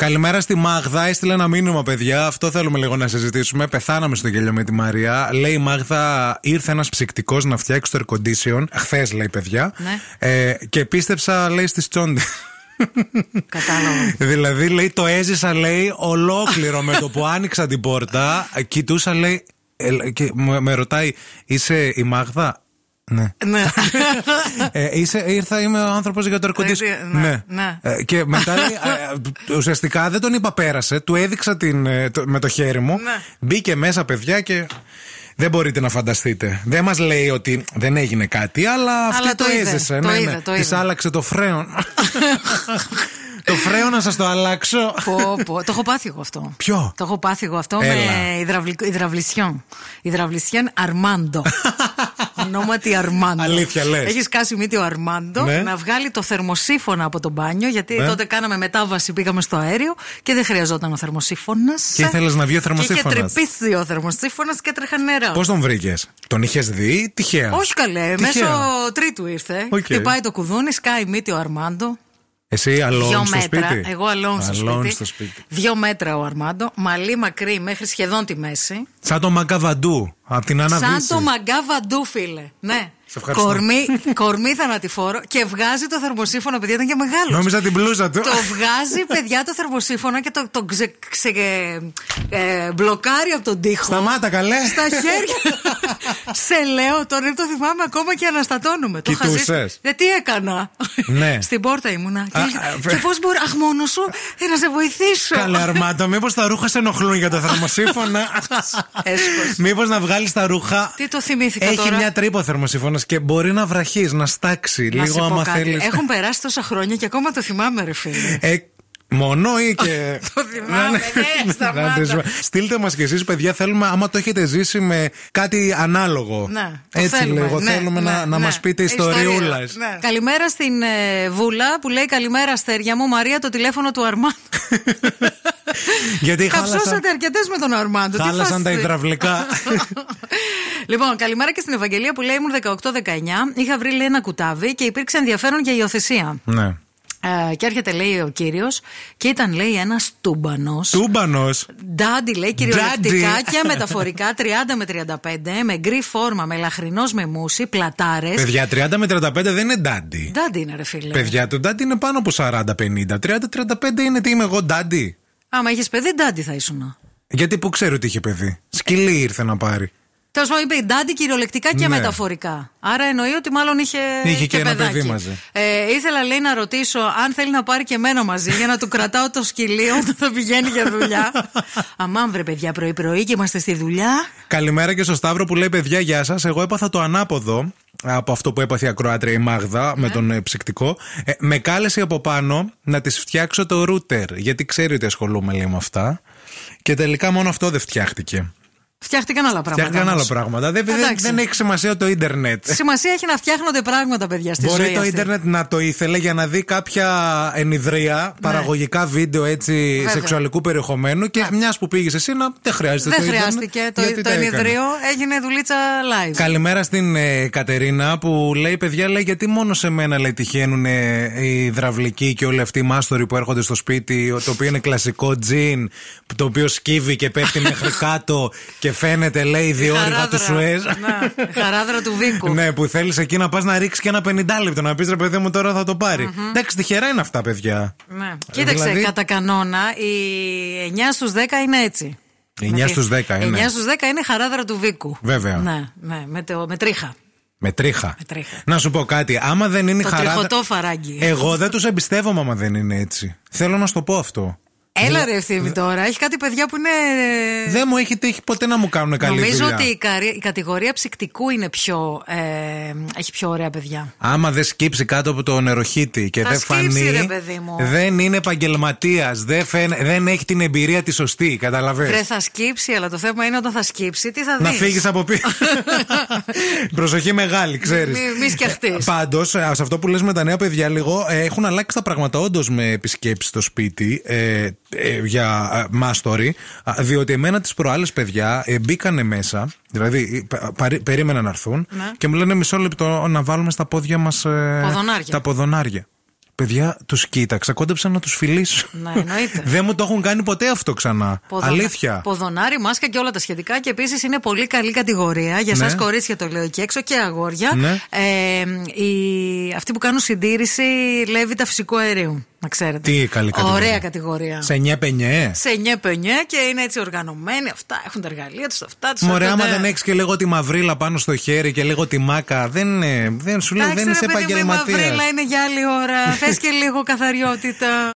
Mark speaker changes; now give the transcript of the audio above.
Speaker 1: Καλημέρα στη Μάγδα. Έστειλε ένα μήνυμα, παιδιά. Αυτό θέλουμε λίγο να συζητήσουμε. Πεθάναμε στο γέλιο με τη Μαρία. Λέει η Μάγδα, ήρθε ένας ψυκτικός να φτιάξει το air condition. Χθες, λέει παιδιά.
Speaker 2: Ναι.
Speaker 1: Ε, και πίστεψα, λέει, στις τσόντες.
Speaker 2: Κατάλαβα.
Speaker 1: δηλαδή, λέει, το έζησα, λέει, ολόκληρο με το που άνοιξα την πόρτα. Κοιτούσα, λέει, ε, και με, με ρωτάει, είσαι η Μάγδα. Ναι.
Speaker 2: ναι.
Speaker 1: Ε, είσαι, ήρθα, είμαι ο άνθρωπος για το air condition.
Speaker 2: Ναι, ναι.
Speaker 1: Ε, και μετά λέει, ε, ουσιαστικά δεν τον είπα πέρασε, του έδειξα την, ε, το- με το χέρι μου.
Speaker 2: Ναι.
Speaker 1: Μπήκε μέσα, παιδιά, και δεν μπορείτε να φανταστείτε. Δεν μας λέει ότι δεν έγινε κάτι, αλλά αυτή
Speaker 2: Αλλά
Speaker 1: το,
Speaker 2: το είδε,
Speaker 1: έζησε.
Speaker 2: το
Speaker 1: ναι,
Speaker 2: είδε,
Speaker 1: ναι.
Speaker 2: το
Speaker 1: Της
Speaker 2: είδε.
Speaker 1: άλλαξε το φρέον. το φρέον να σας το αλλάξω.
Speaker 2: πω, πω. Το έχω πάθει εγώ αυτό.
Speaker 1: Ποιο?
Speaker 2: Το έχω πάθει εγώ αυτό
Speaker 1: Έλα.
Speaker 2: με υδραυλικό- υδραυλισιόν. Υδραυλισιόν Αρμάντο. Ονόματι Αρμάντο.
Speaker 1: Αλήθεια λες.
Speaker 2: Έχεις σκάσει μύτη ο Αρμάντο
Speaker 1: Ναι.
Speaker 2: να βγάλει το θερμοσύφωνα από το μπάνιο, γιατί
Speaker 1: Ναι.
Speaker 2: τότε κάναμε μετάβαση, πήγαμε στο αέριο και δεν χρειαζόταν ο θερμοσύφωνας.
Speaker 1: Και ήθελες να βγει ο θερμοσύφωνας.
Speaker 2: Και είχε τρυπήσει ο θερμοσύφωνας και τρέχα νερά.
Speaker 1: Πώς τον βρήκες, Τον είχες δει, τυχαία.
Speaker 2: Όχι καλέ,
Speaker 1: Τυχαία.
Speaker 2: μέσω τρίτου ήρθε.
Speaker 1: Οκ.
Speaker 2: Χτυπάει το κουδούνι, σκάει μύτη ο Αρμάντο.
Speaker 1: Εσύ
Speaker 2: Δυο
Speaker 1: αλόν στο
Speaker 2: μέτρα.
Speaker 1: σπίτι.
Speaker 2: Εγώ αλόν στο,
Speaker 1: Αλόν
Speaker 2: σπίτι.
Speaker 1: στο σπίτι.
Speaker 2: Δύο μέτρα ο Αρμάντο. Μαλί μακρύ μέχρι σχεδόν τη μέση.
Speaker 1: Σαν το Μαγκαβαντού από την Άννα
Speaker 2: Σαν
Speaker 1: Βύση.
Speaker 2: το μαγκά βαντού, φίλε. Ναι.
Speaker 1: Σε ευχαριστώ.
Speaker 2: Κορμί, κορμί θανατηφόρο και βγάζει το θερμοσύφωνο, παιδιά, ήταν και μεγάλος.
Speaker 1: Νόμιζα την μπλούζα του.
Speaker 2: Το βγάζει, παιδιά, το θερμοσύφωνο και το, το ξε, ξε- ε, μπλοκάρει από τον τοίχο.
Speaker 1: Σταμάτα καλέ.
Speaker 2: Στα χέρια. Σε λέω, τώρα το θυμάμαι ακόμα και αναστατώνουμε. Το είχα ζήσει.
Speaker 1: Κοιτούσες.
Speaker 2: Δεν τι έκανα.
Speaker 1: Ναι.
Speaker 2: Στην πόρτα ήμουνα. Και,
Speaker 1: Α,
Speaker 2: έλεγα,
Speaker 1: α,
Speaker 2: και πώς μπορώ. Αχ, μόνο σου ε, να σε βοηθήσω.
Speaker 1: Καλέ Αρμάντο, μήπως τα ρούχα σε ενοχλούν για τα θερμοσύφωνα.
Speaker 2: Έσχος.
Speaker 1: μήπως να βγάλεις τα ρούχα.
Speaker 2: Τι το θυμήθηκα
Speaker 1: Έχει
Speaker 2: τώρα.
Speaker 1: μια τρύπα θερμοσύφωνα και μπορεί να βραχείς, να στάξει
Speaker 2: Να σου
Speaker 1: λίγο
Speaker 2: πω
Speaker 1: άμα
Speaker 2: κάτι.
Speaker 1: θέλεις.
Speaker 2: Έχουν περάσει τόσα χρόνια και ακόμα το θυμάμαι, ρε φίλε.
Speaker 1: Ε, μόνο ή και.
Speaker 2: Το θυμάμαι, ναι, σταμάτα.
Speaker 1: Να τις- Στείλτε μας κι εσείς, παιδιά, θέλουμε άμα το έχετε ζήσει με κάτι ανάλογο.
Speaker 2: Ναι, το
Speaker 1: Έτσι λίγο.
Speaker 2: ναι,
Speaker 1: θέλουμε
Speaker 2: ναι,
Speaker 1: να, να
Speaker 2: ναι.
Speaker 1: μας πείτε
Speaker 2: Ιστορία.
Speaker 1: ιστοριούλας.
Speaker 2: Ναι. Καλημέρα στην ε, Βούλα που λέει Καλημέρα, αστέρια μου. Μαρία, το τηλέφωνο του Αρμάντου.
Speaker 1: Γιατί χάλασα,
Speaker 2: Καψώσατε αρκετές με τον Αρμάντο. Τι
Speaker 1: χάλασαν τα
Speaker 2: φάση.
Speaker 1: υδραυλικά.
Speaker 2: λοιπόν, καλημέρα και στην Ευαγγελία που λέει ήμουν 18-19. Είχα βρει λέει, ένα κουτάβι και υπήρξε ενδιαφέρον για υιοθεσία.
Speaker 1: ναι.
Speaker 2: Ε, και έρχεται λέει ο κύριος και ήταν λέει ένας τούμπανος.
Speaker 1: Τούμπανος.
Speaker 2: Ντάντι λέει κυριολεκτικά
Speaker 1: Ντάντι.
Speaker 2: και μεταφορικά 30 με 35 με γκρι φόρμα, με λαχρινός με μουσι, πλατάρες.
Speaker 1: Παιδιά, 30 με 35 δεν είναι ντάντι.
Speaker 2: Ντάντι είναι ρε φίλε.
Speaker 1: Παιδιά, το ντάντι είναι πάνω από 40-50. 30-35 είναι τι είμαι εγώ ντάντι.
Speaker 2: Άμα είχες παιδί, ντάντι θα ήσουν.
Speaker 1: Γιατί που ξέρω ότι είχε παιδί. Σκυλί ήρθε να πάρει.
Speaker 2: Τέλος πάντων, είπε ντάντι κυριολεκτικά
Speaker 1: Ναι.
Speaker 2: και μεταφορικά. Άρα εννοεί ότι μάλλον είχε.
Speaker 1: Είχε και ένα
Speaker 2: παιδάκι.
Speaker 1: παιδί μαζί.
Speaker 2: Ε, ήθελα, λέει, να ρωτήσω αν θέλει να πάρει και εμένα μαζί για να του κρατάω το σκυλί όταν θα πηγαίνει για δουλειά. Αμάν, βρε παιδιά, πρωί-πρωί και είμαστε στη δουλειά.
Speaker 1: Καλημέρα και στο Σταύρο που λέει: Παιδιά, γεια σας. Εγώ έπαθα το ανάποδο από αυτό που έπαθε η ακροάτρια η Μάγδα με τον ε, ψυκτικό. Ε, με κάλεσε από πάνω να της φτιάξω το ρούτερ. Γιατί ξέρει ότι ασχολούμαι λέει, με αυτά. Και τελικά μόνο αυτό δεν φτιάχτηκε.
Speaker 2: Φτιάχτηκαν άλλα πράγματα.
Speaker 1: Φτιάχτηκαν άλλα
Speaker 2: όμως.
Speaker 1: πράγματα. Δεν, δεν,
Speaker 2: Εντάξει.
Speaker 1: δεν έχει σημασία το ίντερνετ.
Speaker 2: Σημασία έχει να φτιάχνονται πράγματα, παιδιά, στη
Speaker 1: Μπορεί
Speaker 2: ζωή
Speaker 1: το
Speaker 2: αυτή.
Speaker 1: ίντερνετ να το ήθελε για να δει κάποια ενιδρία, παραγωγικά βίντεο έτσι
Speaker 2: Ναι. Βέβαια. Ναι.
Speaker 1: σεξουαλικού περιεχομένου και μιας που πήγες εσύ να δεν χρειάζεται
Speaker 2: Δεν
Speaker 1: το ίντερνετ,
Speaker 2: χρειάστηκε. Το,
Speaker 1: γιατί
Speaker 2: το
Speaker 1: τα έκανε.
Speaker 2: ενιδρίο έγινε δουλίτσα live.
Speaker 1: Καλημέρα στην ε, Κατερίνα που λέει: Παιδιά, λέει, γιατί μόνο σε μένα λέει, τυχαίνουν ε, οι υδραυλικοί και όλοι αυτοί οι μάστοροι που έρχονται στο σπίτι, ο- το οποίο είναι κλασικό τζιν, το οποίο σκύβει και πέφτει μέχρι κάτω και φαίνεται, λέει, η διόρυγα του Σουέζ.
Speaker 2: Ναι, η χαράδρα του Βίκου.
Speaker 1: Ναι, που θέλεις εκεί να πας να ρίξεις και ένα 50 λεπτό. Να πεις ρε παιδί μου, τώρα θα το πάρει. Εντάξει, τυχερά είναι αυτά, παιδιά.
Speaker 2: Ναι. Κοίταξε,
Speaker 1: Δηλαδή-
Speaker 2: κατά κανόνα οι 9 στου 10 είναι έτσι.
Speaker 1: 9 στους 10 είναι.
Speaker 2: 9 στου 10 είναι χαράδρα του Βίκου.
Speaker 1: Βέβαια.
Speaker 2: Ναι, ναι με, το, με τρίχα.
Speaker 1: Με τρίχα.
Speaker 2: Με τρίχα.
Speaker 1: Να σου πω κάτι. Άμα δεν είναι
Speaker 2: Το
Speaker 1: χαρά.
Speaker 2: τριχωτό φαράγγι.
Speaker 1: Εγώ δεν τους εμπιστεύομαι άμα δεν είναι έτσι. Θέλω να σου το πω αυτό.
Speaker 2: Έλα ρε ευθύμη τώρα, έχει κάτι παιδιά που είναι.
Speaker 1: Δεν μου έχει τύχει ποτέ να μου κάνουν καλή
Speaker 2: Ε, Νομίζω
Speaker 1: δουλειά.
Speaker 2: ότι η, καρι- η κατηγορία ψυκτικού είναι πιο. Ε, έχει πιο ωραία παιδιά.
Speaker 1: Άμα δεν σκύψει κάτω από το νεροχύτη και
Speaker 2: Θα
Speaker 1: δεν
Speaker 2: σκύψει,
Speaker 1: φανεί.
Speaker 2: ρε παιδί μου.
Speaker 1: Δεν είναι επαγγελματίας. Δεν, φαίν- δεν έχει την εμπειρία τη σωστή.
Speaker 2: Βρε,
Speaker 1: Καταλαβαίνετε.
Speaker 2: θα σκύψει, αλλά το θέμα είναι όταν θα σκύψει, τι θα δει.
Speaker 1: Ε. Να φύγεις από πίσω. Προσοχή μεγάλη, ξέρεις.
Speaker 2: Μη- μη σκιαχτείς.
Speaker 1: Πάντως, ε, σε αυτό που λες με τα νέα παιδιά, λίγο ε, έχουν αλλάξει τα πράγματα όντως με επισκέψεις στο σπίτι ε, ε, για ε, μάστορη. α, Διότι εμένα τις προάλλες παιδιά ε, μπήκανε μέσα, δηλαδή ε, πα- παρή- περίμεναν να έρθουν
Speaker 2: Ναι.
Speaker 1: και μου λένε μισό λεπτό να βάλουμε στα πόδια μας
Speaker 2: Ποδονάρια.
Speaker 1: τα ποδονάρια. Παιδιά, τους κοίταξα, κόντεψα να τους φιλήσω.
Speaker 2: Ναι, εννοείται.
Speaker 1: Δεν μου το έχουν κάνει ποτέ αυτό ξανά.
Speaker 2: Ποδονα-
Speaker 1: Αλήθεια.
Speaker 2: Ποδονάρι, μάσκα και όλα τα σχετικά. Και επίσης είναι πολύ καλή κατηγορία για
Speaker 1: Ναι.
Speaker 2: εσά κορίτσια, το λέω εκεί έξω και αγόρια.
Speaker 1: Ναι.
Speaker 2: Ε, οι- αυτοί που κάνουν συντήρηση λέβητα φυσικού αερίου. Να ξέρετε.
Speaker 1: Τι καλή κατηγορία.
Speaker 2: Ωραία κατηγορία.
Speaker 1: Σε ε. νιέ πενιέ.
Speaker 2: Σε νιέ πενιέ και είναι έτσι οργανωμένοι. Αυτά έχουν τα εργαλεία τους, αυτά τους.
Speaker 1: Μωρέ, άμα δεν έχεις και λίγο τη μαυρίλα πάνω στο χέρι και λίγο τη μάκα, δεν, είναι- δεν σου λέω, δεν είσαι
Speaker 2: Η
Speaker 1: επαγγελματίας.
Speaker 2: μαυρίλα είναι για άλλη ώρα. Θες και λίγο καθαριότητα.